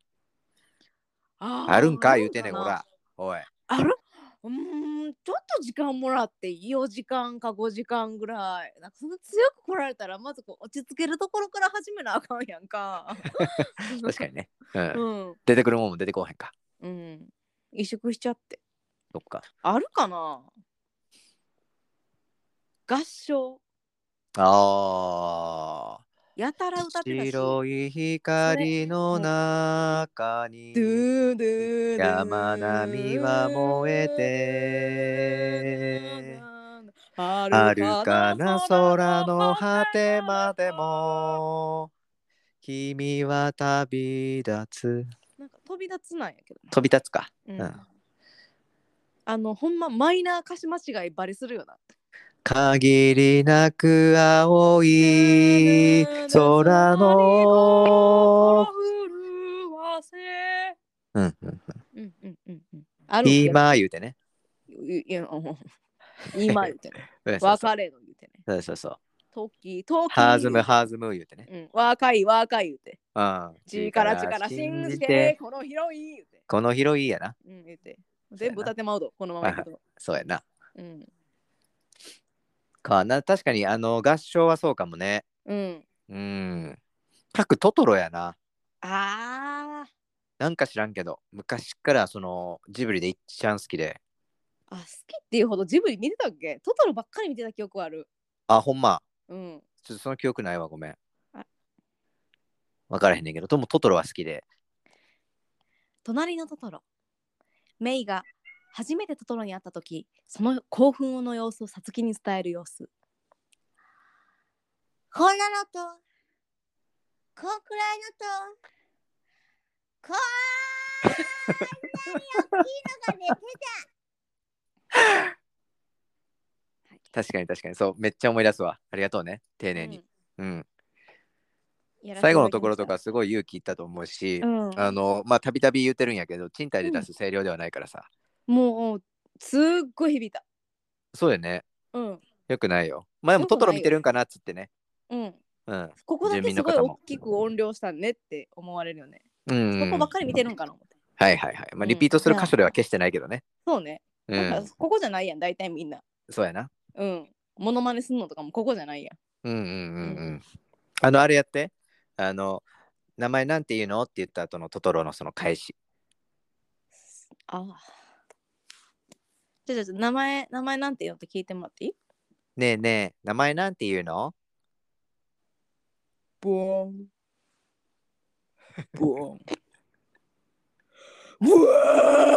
Speaker 1: あ
Speaker 2: あ
Speaker 1: ー
Speaker 2: るんか言うてんねん
Speaker 1: な
Speaker 2: ほ
Speaker 1: んかな
Speaker 2: らおい
Speaker 1: あるうーんちょっと時間もらって4時間か5時間ぐらいなんかその強く来られたらまずこう落ち着けるところから始めなあかんやんか
Speaker 2: 確かにね、うん
Speaker 1: うん、
Speaker 2: 出てくるもんも出てこうへんか
Speaker 1: うん、萎縮しちゃって
Speaker 2: そっか
Speaker 1: あるかな合唱
Speaker 2: ああ
Speaker 1: やたら歌ってたし
Speaker 2: 白い光の中
Speaker 1: ド
Speaker 2: に
Speaker 1: ゥードゥードゥー
Speaker 2: 山並みは燃えてあ
Speaker 1: あ
Speaker 2: るかな空の果てまでも君は旅立つ
Speaker 1: なんか飛び立つなんやけど
Speaker 2: 飛び立つか
Speaker 1: な、う
Speaker 2: う
Speaker 1: んん、あのほんまマイナー歌詞間違いバリするよな
Speaker 2: 限りなく青い空の
Speaker 1: 震わせ
Speaker 2: うんうん
Speaker 1: うんうんうんうんあるけど
Speaker 2: 今言うてね
Speaker 1: いいやうん今言うてね
Speaker 2: うんそうそう
Speaker 1: 別れの言うてね
Speaker 2: そうそうそう
Speaker 1: 時々
Speaker 2: 弾む弾む言うてね
Speaker 1: うん若い若い言うて
Speaker 2: うん
Speaker 1: 力力信じてこの広い言うて
Speaker 2: この広いやな。
Speaker 1: うん言うて全部歌ってまうどこのまま行くと
Speaker 2: そうやな。
Speaker 1: うん
Speaker 2: かな確かにあの合唱はそうかもね。
Speaker 1: うん
Speaker 2: うん。くトトロやな。
Speaker 1: あ
Speaker 2: なんか知らんけど、昔からそのジブリでいっちゃん好きで。
Speaker 1: あ、好きっていうほどジブリ見てたっけトトロばっかり見てた記憶ある。
Speaker 2: あ、ほんま。
Speaker 1: うん。
Speaker 2: ちょっとその記憶ないわ、ごめん
Speaker 1: あ。
Speaker 2: わからへんねんけど、ともトトロは好きで。
Speaker 1: 隣のトトロ。メイが初めてトトロに会った時、その興奮の様子をさつきに伝える様子。
Speaker 3: こんなのと、こんくらいのと、こーんなに大きいのが出て
Speaker 2: 確かに確かに、そう、めっちゃ思い出すわ。ありがとうね、丁寧 に。うん。最後のところと。
Speaker 1: やら
Speaker 2: か、すごい勇気いったと思うし、
Speaker 1: せていただきましたうん
Speaker 2: あの、まあ、たびたび言ってるんやけど、賃貸で出す声量ではないからさ。
Speaker 1: もう、すっごい響いた。
Speaker 2: そうよね。
Speaker 1: うん。
Speaker 2: よくないよ。まあ、でも
Speaker 1: よくない
Speaker 2: ト
Speaker 1: よ
Speaker 2: トロ見てるんかなっつってね。
Speaker 1: うん。
Speaker 2: うん。
Speaker 1: ここだ
Speaker 2: 住
Speaker 1: け
Speaker 2: 民
Speaker 1: す
Speaker 2: の
Speaker 1: ごい
Speaker 2: 方も
Speaker 1: 大きく音量したねって思われるよね。
Speaker 2: うん、
Speaker 1: ここばっかり見てるんかな思って。
Speaker 2: はいはいはい。ま
Speaker 1: う
Speaker 2: あ、
Speaker 1: ん
Speaker 2: リピートする箇所では決してないけどね。
Speaker 1: そうね。
Speaker 2: う
Speaker 1: なん
Speaker 2: ん。
Speaker 1: かここじゃないやん、大体みんな。
Speaker 2: そうやな。
Speaker 1: うん。モノマネすんのとかもここじゃないやん。
Speaker 2: うんうんうんう
Speaker 1: うん
Speaker 2: ん。あの、あれやって。あの、名前なんて言うのって言った後のトトロのその返し。
Speaker 1: ああ。じゃあじゃあじゃあ名前、名前なんて言うのって聞いてもらっていい
Speaker 2: ねえねえ、名前なんて言うの
Speaker 1: ブーン。ブ ーン。ブー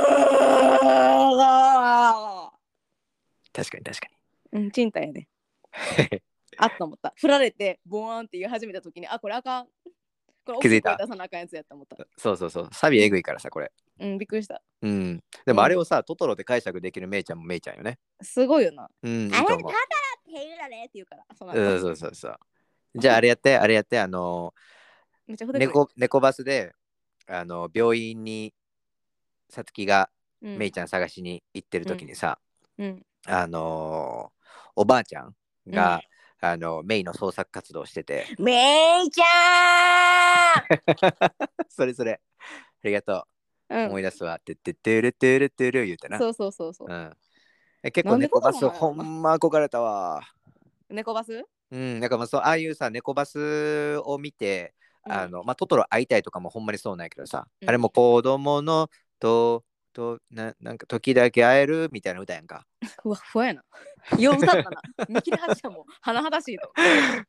Speaker 2: 確かに確か
Speaker 1: ンうん、賃貸や ね。あっと思った。振られて、ブーンって言い始めたときに、あ、これあかん。これ
Speaker 2: 気づいた
Speaker 1: 大き声出さなあかんやつやと思った
Speaker 2: に。。そうそうそう。サビえぐいからさ、これ。
Speaker 1: うん、びっくりした。
Speaker 2: うん。でもあれをさ、トトロで解釈できるめいちゃんもめいちゃんよね。
Speaker 1: すごいよな。
Speaker 2: うん、いい
Speaker 3: あれ
Speaker 2: と
Speaker 3: は
Speaker 2: 思う。
Speaker 3: ただって言うだね
Speaker 1: って言うから。その後
Speaker 2: うん、そうそうそう。じゃああれやって、あれやって、あのー
Speaker 1: めっちゃ筆
Speaker 2: 猫猫バスであの病院にさつきが
Speaker 1: め
Speaker 2: めいちゃん探しに行ってる時にさ、
Speaker 1: ゃん。うん。
Speaker 2: あのーおばあちゃんが、あのメイの創作活動をし てて
Speaker 3: めいちゃん
Speaker 2: それそれありがと
Speaker 1: う
Speaker 2: う、
Speaker 1: ん
Speaker 2: 思い出すわって言ってトゥルトゥルトゥル言うてな
Speaker 1: そうそうそうそう。
Speaker 2: うん、え結
Speaker 1: な
Speaker 2: 構
Speaker 1: んで
Speaker 2: 猫バス
Speaker 1: こんなも
Speaker 2: ほ
Speaker 1: んなん
Speaker 2: ま憧れたわ
Speaker 1: 猫バス
Speaker 2: うんなんかまあそうああいうさ猫バスを見てあ、の、まあ、トトロ会いたいとかもほんまにそうなんやけどさ、
Speaker 1: うん
Speaker 2: あれも子供のと、と、ななんか時だけ会えるみたいな歌やんか。
Speaker 1: うんふわふわやな。よう歌ったな。見切り発車も甚だしいと。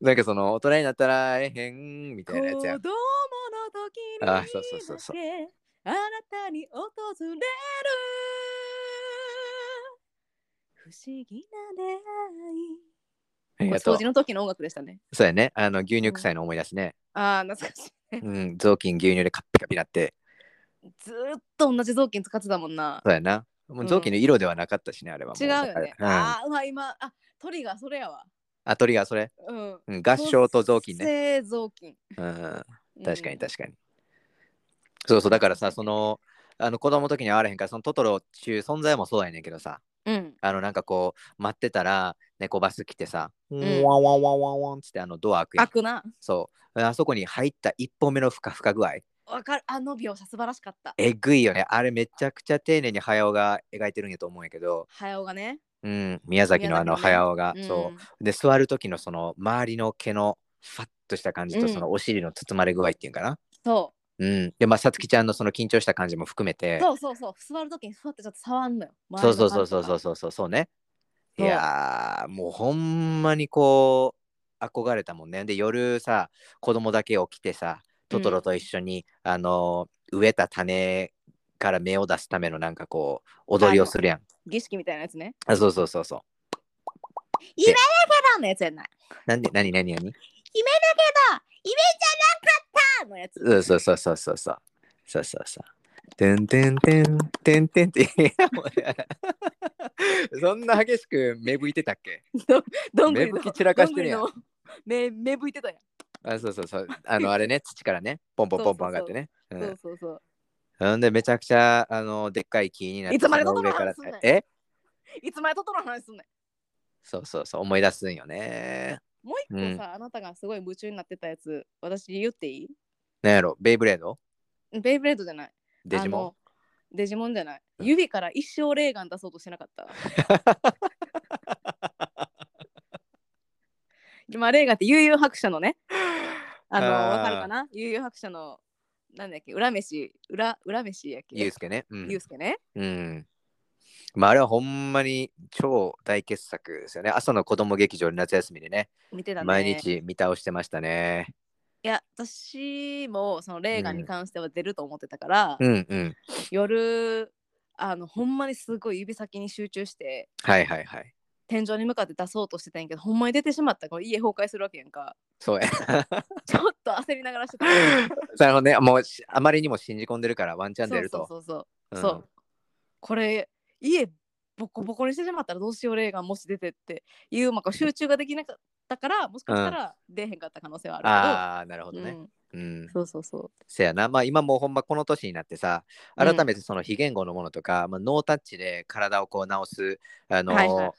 Speaker 2: なんかその大人になったら会えへんみ
Speaker 1: 子
Speaker 2: た いなやつやん。
Speaker 1: 供の時に
Speaker 2: あそうそうそうそう
Speaker 1: だけあなたに訪れる不思議な出
Speaker 2: あ
Speaker 1: 会い
Speaker 2: り
Speaker 1: これ
Speaker 2: がと
Speaker 1: 掃
Speaker 2: う
Speaker 1: 除。の時の音楽でしたね。
Speaker 2: そうやね。あの牛乳臭いの思い出すね。
Speaker 1: ああ、懐かしい。
Speaker 2: うん、雑巾牛乳でカッピカピなって。
Speaker 1: ずーっと同じ雑巾使ってたもんな。
Speaker 2: そうやな。もう雑巾の色ではなかったしね、あれはも
Speaker 1: 違うよね。
Speaker 2: うん、あ
Speaker 1: ああ、うわ今、あトリガーそれやわ。
Speaker 2: 鳥がそれ。
Speaker 1: うん。
Speaker 2: うん、合唱と雑巾ね。
Speaker 1: ね。雑巾。
Speaker 2: うん。確かに
Speaker 1: か
Speaker 2: 確かに。そうそう、だからさ、その、あの子供の時に会われへんから、そのトトロっちゅう存在もそうやねんけどさ、
Speaker 1: に。うん。
Speaker 2: あのなんかこう、待ってたら、猫バス来てさ、
Speaker 1: ん
Speaker 2: ワンワンワンワンワンっつってあのドア開くやん
Speaker 1: 開。くな。
Speaker 2: そう。あそこに入った一歩目のふかふか具合。
Speaker 1: わかる。あの描写素晴らしかった。
Speaker 2: えぐいよね。あれめちゃくちゃ丁寧に早尾が描いてるんやと思うんやけど、
Speaker 1: 早尾がね。
Speaker 2: うん、宮崎のあの
Speaker 1: 宮崎のね
Speaker 2: 早尾が、そう。で、座る時のその周りの毛のファッとした感じと、
Speaker 1: うん
Speaker 2: そのお尻の包まれ具合っていうんかな。
Speaker 1: そ
Speaker 2: うん、でまあさつきちゃんのその緊張した感じも含め
Speaker 1: う
Speaker 2: て
Speaker 1: そうそうそう。座るときに座ってちょっと触んのよ。。
Speaker 2: そうそうそうそうそううそうそうそうねい
Speaker 1: そう
Speaker 2: やーもうほんまにこう憧れたもんねで夜さ子供だけ起きてさトトロと一緒に、あのー植えた種から芽を出すためのなんかこう踊りをするやん
Speaker 1: 儀式みたいなやつね。
Speaker 2: あそうそうそうそう
Speaker 1: 夢だからのやつやない。
Speaker 2: なんで何何
Speaker 3: イ
Speaker 2: 何
Speaker 3: メ
Speaker 1: あのやつ。
Speaker 2: うんそうそうそうそうそうそうそうそうてんてんてんてんてんって いやもうやそんな激しく芽吹いてたっけ
Speaker 1: どんぐり
Speaker 2: 芽
Speaker 1: の
Speaker 2: 吹き散らかしてるやん
Speaker 1: どんぐりの目目吹いてたやん。
Speaker 2: あそうそうそう。あの、あれね、土からね、ポンポンポンポン上がってね。
Speaker 1: そ
Speaker 2: うん
Speaker 1: うそうそう。
Speaker 2: ほんで、めちゃくちゃ、あの、でっかい木になって、
Speaker 1: いつまで
Speaker 2: その
Speaker 1: 整
Speaker 2: 上
Speaker 1: わん
Speaker 2: から
Speaker 1: すんねん
Speaker 2: え
Speaker 1: いつまでトトロの話すんね
Speaker 2: そうそうそう、思い出すんよね。
Speaker 1: ん。もう一個さ、あなたがすごい夢中になってたやつ、私言ってい
Speaker 2: なんやろ、ベイブレード
Speaker 1: いベイブレードじゃない。
Speaker 2: デジ
Speaker 1: あ
Speaker 2: モ
Speaker 1: のデジモンじゃない。指から一生レーガン出そうとしてなかった。 今、レーガンって悠々白書のね、
Speaker 2: ン
Speaker 1: あの、
Speaker 2: あー
Speaker 1: わかるかな悠々白書の、なんだっけ、裏飯、裏、裏飯やっけ。
Speaker 2: ゆうすけね。うん
Speaker 1: ゆうすけね。
Speaker 2: うん。まあ、あれはほんまに超大傑作ですよね。朝の子供劇場の夏休みでね、
Speaker 1: 見てたね。
Speaker 2: 毎。日見倒してましたね。
Speaker 1: いや、私も、その、レーガンに関しては出ると思ってたから、
Speaker 2: うんうん。
Speaker 1: 夜、あの、ほんまにすごい指先に集中して、
Speaker 2: はいはいはい。
Speaker 1: 天井に向かって出そうとしてたんやけど、ほんまに出てしまったから、家崩壊するわけやんか。
Speaker 2: そうや。
Speaker 1: ちょっと焦りながらしてた。
Speaker 2: なるほどね。もうしあまりにも信じ込んでるからワンチャン出ると。
Speaker 1: そうそうそうそう。
Speaker 2: う
Speaker 1: そ
Speaker 2: ん
Speaker 1: う。これ家ボコボコにしてしまったらどうしよう例がもし出てっていう、まあ、こう集中ができなかったからもしかしたら出へんかった可能性はあ
Speaker 2: ああ、なるほ
Speaker 1: るけ
Speaker 2: ど
Speaker 1: ど、
Speaker 2: ね。うん。
Speaker 1: うん、そうそうそう
Speaker 2: せやな。まあ今もうほんまこの年になってさ、
Speaker 1: うん
Speaker 2: 改めてその非言語のものとか、まあ、ノータッチで体をこう直す、あのー
Speaker 1: はいはい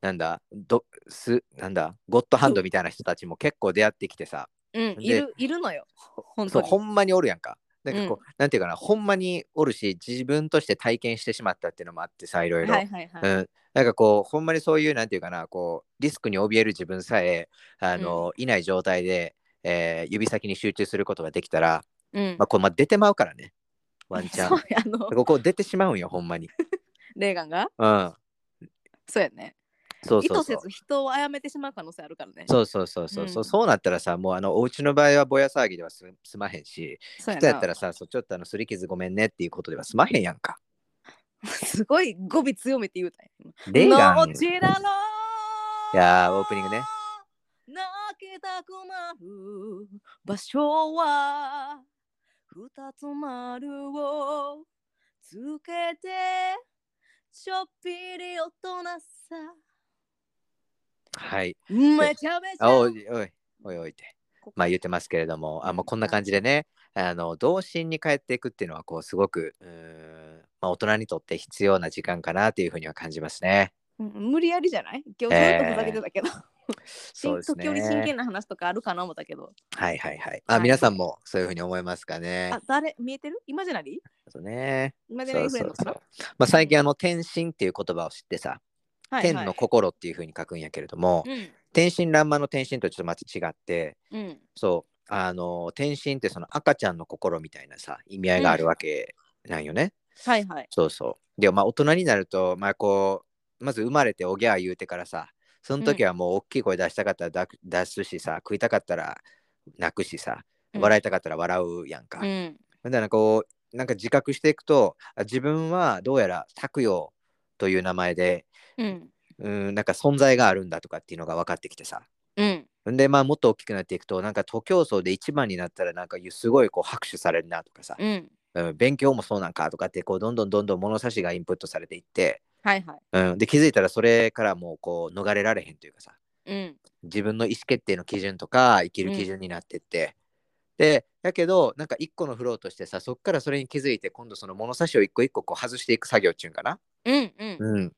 Speaker 2: なんだどすなんだゴッドハンドみたいな人たちも結構出会ってきてさ、
Speaker 1: うん
Speaker 2: で
Speaker 1: いるいるのよ本
Speaker 2: そ
Speaker 1: 当
Speaker 2: う
Speaker 1: に
Speaker 2: ほんまにおるやんか。なんかこう、なんていうかなほんまにおるし自分として体験してしまったっていうのもあってさいろいろ、
Speaker 1: はいはいはい、
Speaker 2: うん、なんかこうほんまにそういうなんていうかなこうリスクに怯える自分さえあの、いない状態で、えー指先に集中することができたら、
Speaker 1: うん
Speaker 2: まあ、こうまあ、出てまうからねワンチ ャ
Speaker 1: そう
Speaker 2: ン。
Speaker 1: やあの
Speaker 2: ここ出てしまうんよほんまに。
Speaker 1: レーガンが
Speaker 2: うん、
Speaker 1: そうやね
Speaker 2: そうそう
Speaker 1: 意図
Speaker 2: そう
Speaker 1: せず人を殺めてしまう可能性あるからね
Speaker 2: そうそうそうそうそ
Speaker 1: う
Speaker 2: う
Speaker 1: ん
Speaker 2: そうなったらさもうあのお家の場合はぼや騒ぎではすすまへんし
Speaker 1: そう
Speaker 2: 人や
Speaker 1: や
Speaker 2: った
Speaker 1: な
Speaker 2: らさそうちょっとあの擦り傷ごめんねっていうことではすまへんやんか。
Speaker 1: すごい語尾強めて言うたんや
Speaker 2: レーガン
Speaker 1: のちだろ
Speaker 2: いやーオープニングね。
Speaker 1: 泣けたくなる場所は二つ丸をつけてちょっぴり大人さ
Speaker 2: はい。
Speaker 1: めちゃめちゃ
Speaker 2: あおいおいおいおいって
Speaker 1: ここ
Speaker 2: まあ言ってますけれどもあもうこんな感じでねあの童心に帰っていくっていうのはこうすごくうーん、まあ、大人にとって必要な時間かなというふうには感じますね。
Speaker 1: うん無理やりじゃない今日ずっとふざけてたけど、
Speaker 2: そうです
Speaker 1: 時折真剣
Speaker 2: ね。
Speaker 1: な話とかあるかな思ったけど
Speaker 2: はいはいはい。あ、
Speaker 1: はい
Speaker 2: 皆さんもそういうふうに思いますかね
Speaker 1: あ。誰見えてるイマジナリー
Speaker 2: あとね。
Speaker 1: イマジナリ
Speaker 2: そ
Speaker 1: ー
Speaker 2: う
Speaker 1: フレ
Speaker 2: そ
Speaker 1: ンド
Speaker 2: う
Speaker 1: か
Speaker 2: そ
Speaker 1: な
Speaker 2: う。まあ最近あの天心っていう言葉を知ってさ、
Speaker 1: はい
Speaker 2: 天
Speaker 1: はい
Speaker 2: の心っていうふうに書くんやけれども、
Speaker 1: うん
Speaker 2: 天真爛漫の天心とちょっとまた違って、
Speaker 1: うん
Speaker 2: そうあの天心ってその赤ちゃんの心みたいなさ意味合いがあるわけなんよね。
Speaker 1: はいはい
Speaker 2: そうそう。で、まあ、大人になると、まあ、こう、まず生まれておぎゃー言うてからさ、その時はもう大きい声出したかったらだく出すしさ、食いたかったら泣くしさ、
Speaker 1: うん
Speaker 2: 笑いたかったら笑うやんか。
Speaker 1: うん
Speaker 2: みたいな、こう、なんか自覚していくと、あ自分はどうやら拓陽という名前で、
Speaker 1: うん
Speaker 2: うん、なんか存在があるんだとかっていうのが分かってきてさ。
Speaker 1: うん
Speaker 2: んで、まあ、もっと大きくなっていくと、なんか徒競走で一番になったら、なんかすごいこう拍手されるなとかさ、
Speaker 1: うん
Speaker 2: うん、勉強もそうなんかとかって、こう、どんどんどんどん物差しがインプットされていって、
Speaker 1: はいはい
Speaker 2: うん、で気づいたらそれからもうこう逃れられへんというかさ
Speaker 1: うん
Speaker 2: 自分の意思決定の基準とか生きる基準になってって、でだけどなんか一個のフローとしてさそっからそれに気づいて今度その物差しを一個一個こう外していく作業っていうんかな、
Speaker 1: うんうん
Speaker 2: うん、っ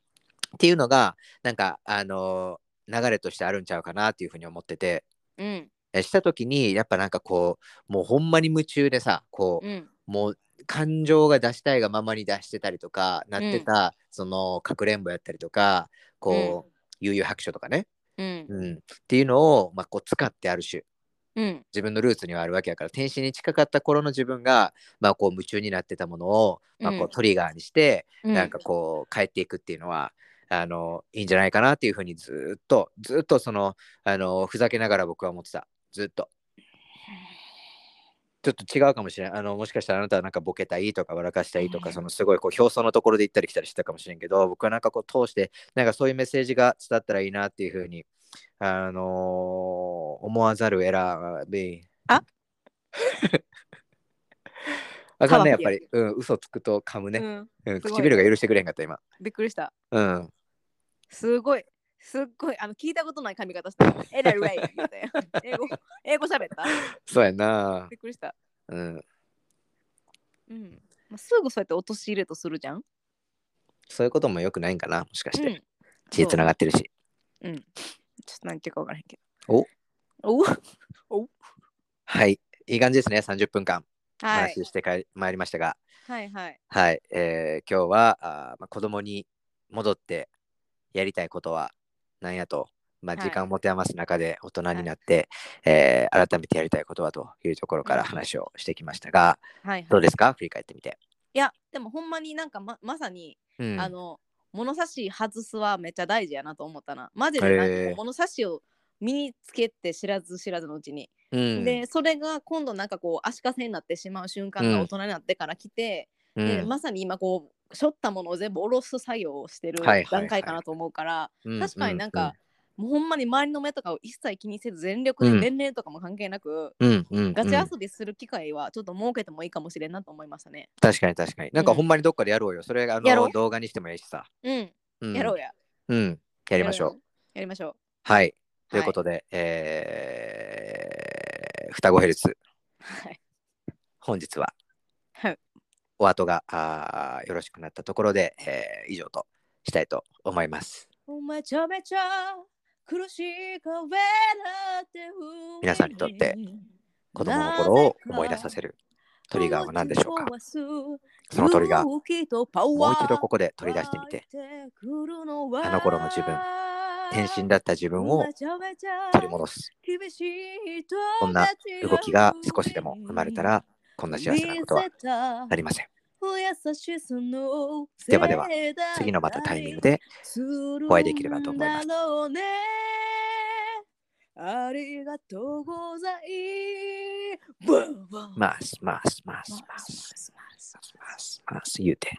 Speaker 2: ていうのがなんかあのー流れとしてあるんちゃうかなっていうふうに思ってて
Speaker 1: うん
Speaker 2: えした時にやっぱなんかこうもうほんまに夢中でさこう、
Speaker 1: うん
Speaker 2: もう感情が出したいがままに出してたりとかなってた、そのかくれんぼやったりとかこう、悠々白書とかね、
Speaker 1: うん
Speaker 2: うん、っていうのを、まあ、こう使ってある種
Speaker 1: うん
Speaker 2: 自分のルーツにはあるわけやから天使に近かった頃の自分が、まあ、こう夢中になってたものを、まあ、こ
Speaker 1: う
Speaker 2: うんトリガーにして、
Speaker 1: うん
Speaker 2: なんかこう変えていくっていうのはあのいいんじゃないかなっていうふうにずーっとずーっとそのあのふざけながら僕は思ってたずーっと。ちょっと違うかもしれない。あの、もしかしたらあなたはなんかボケたいとか笑かしたいとか、そのすごいこう表層のところで行ったり来たりしてたかもしれんけど、僕はなんかこう通して、なんかそういうメッセージが伝わったらいいなっていうふうに、あのー思わざるを得らべ。
Speaker 1: あ
Speaker 2: あかんね、や
Speaker 1: 乾
Speaker 2: っ
Speaker 1: き
Speaker 2: ぱ
Speaker 1: や
Speaker 2: り。うん、嘘つくと噛む
Speaker 1: う
Speaker 2: ね。
Speaker 1: ん
Speaker 2: うん、
Speaker 1: すごい
Speaker 2: 唇が許してくれへんかった、今。
Speaker 1: びっくりした
Speaker 2: うん。
Speaker 1: すごいすっごいあの聞いたことない髪型したエレレイみたいな英語英語喋った
Speaker 2: そうやな
Speaker 1: び。っくりした
Speaker 2: うん。
Speaker 1: うんまあすぐそうやって落とし入れとするじゃん
Speaker 2: そういうこともよくないんかな、もしかして。
Speaker 1: うん
Speaker 2: 血つながってるし。
Speaker 1: うんちょっと何ていうか分からへんけ
Speaker 2: お
Speaker 1: どおお
Speaker 2: はい。いい感じですね、30分間。お
Speaker 1: は
Speaker 2: 話
Speaker 1: い
Speaker 2: ししてかいまいりましたが。
Speaker 1: はいはい
Speaker 2: はい、えー今日はあー、まあ、子供に戻ってやりたいことは何やと、まあ、
Speaker 1: はい
Speaker 2: 時間を持て余す中で大人になって、えー改めてやりたいことはというところから話をしてきましたが、
Speaker 1: はい
Speaker 2: ど
Speaker 1: は
Speaker 2: う
Speaker 1: い、い
Speaker 2: ですか振り返ってみて。
Speaker 1: やでもほんまになんかままさに、
Speaker 2: うん、
Speaker 1: あの物差し外すはめっちゃ大事やなと思ったなマジでなんか
Speaker 2: へ
Speaker 1: も
Speaker 2: ー
Speaker 1: う物差しを身につけて知らず知らずのうちに、
Speaker 2: うん、
Speaker 1: でそれが今度なんかこう足かせになってしまう瞬間が大人になってから来て、
Speaker 2: うん、
Speaker 1: でまさに今こうしょったものを全部下ろす作業をしてる
Speaker 2: はいはいはい
Speaker 1: 段階かなと思うから、
Speaker 2: うん
Speaker 1: 確かになんか、、もうほんまに周りの目とかを一切気にせず全力
Speaker 2: う
Speaker 1: で
Speaker 2: ん
Speaker 1: 年齢とかも関係なく、
Speaker 2: うんうんうんうん
Speaker 1: ガチ遊びする機会はちょっと設けてもいいかもしれんなと思いましたね。
Speaker 2: 確かに確かに。なんか
Speaker 1: うん
Speaker 2: ほんまにどっかでやろうよ。それがあ
Speaker 1: やろ
Speaker 2: の
Speaker 1: う
Speaker 2: 動画にしてもいいしさ。
Speaker 1: うん、
Speaker 2: うん、
Speaker 1: やろうや。
Speaker 2: う。ん、やりましょう。
Speaker 1: やりましょう。
Speaker 2: はい。という
Speaker 1: は
Speaker 2: ことで、えー、双子ヘルツ、
Speaker 1: はい。
Speaker 2: 本日は
Speaker 1: はい。
Speaker 2: お後があーよろしくなったところで、えー以上としたいと思います。
Speaker 1: めちゃめちゃ苦しい顔だって
Speaker 2: 皆さんにとって子供の頃を思い出させるトリガーは何でしょうかそのトリガー、もう一度ここで取り出してみて、あ
Speaker 1: あ
Speaker 2: の頃の自分天真だった自分を取り戻す。
Speaker 1: こ
Speaker 2: こんな動きが少しでも生まれたら、こんな幸せなことは
Speaker 1: は
Speaker 2: なりません。ではでは次のまたタイミングで、
Speaker 1: お
Speaker 2: お会いできればと思います
Speaker 1: ありがとうございます。
Speaker 2: ますますますます
Speaker 1: ますます
Speaker 2: ますます言うて。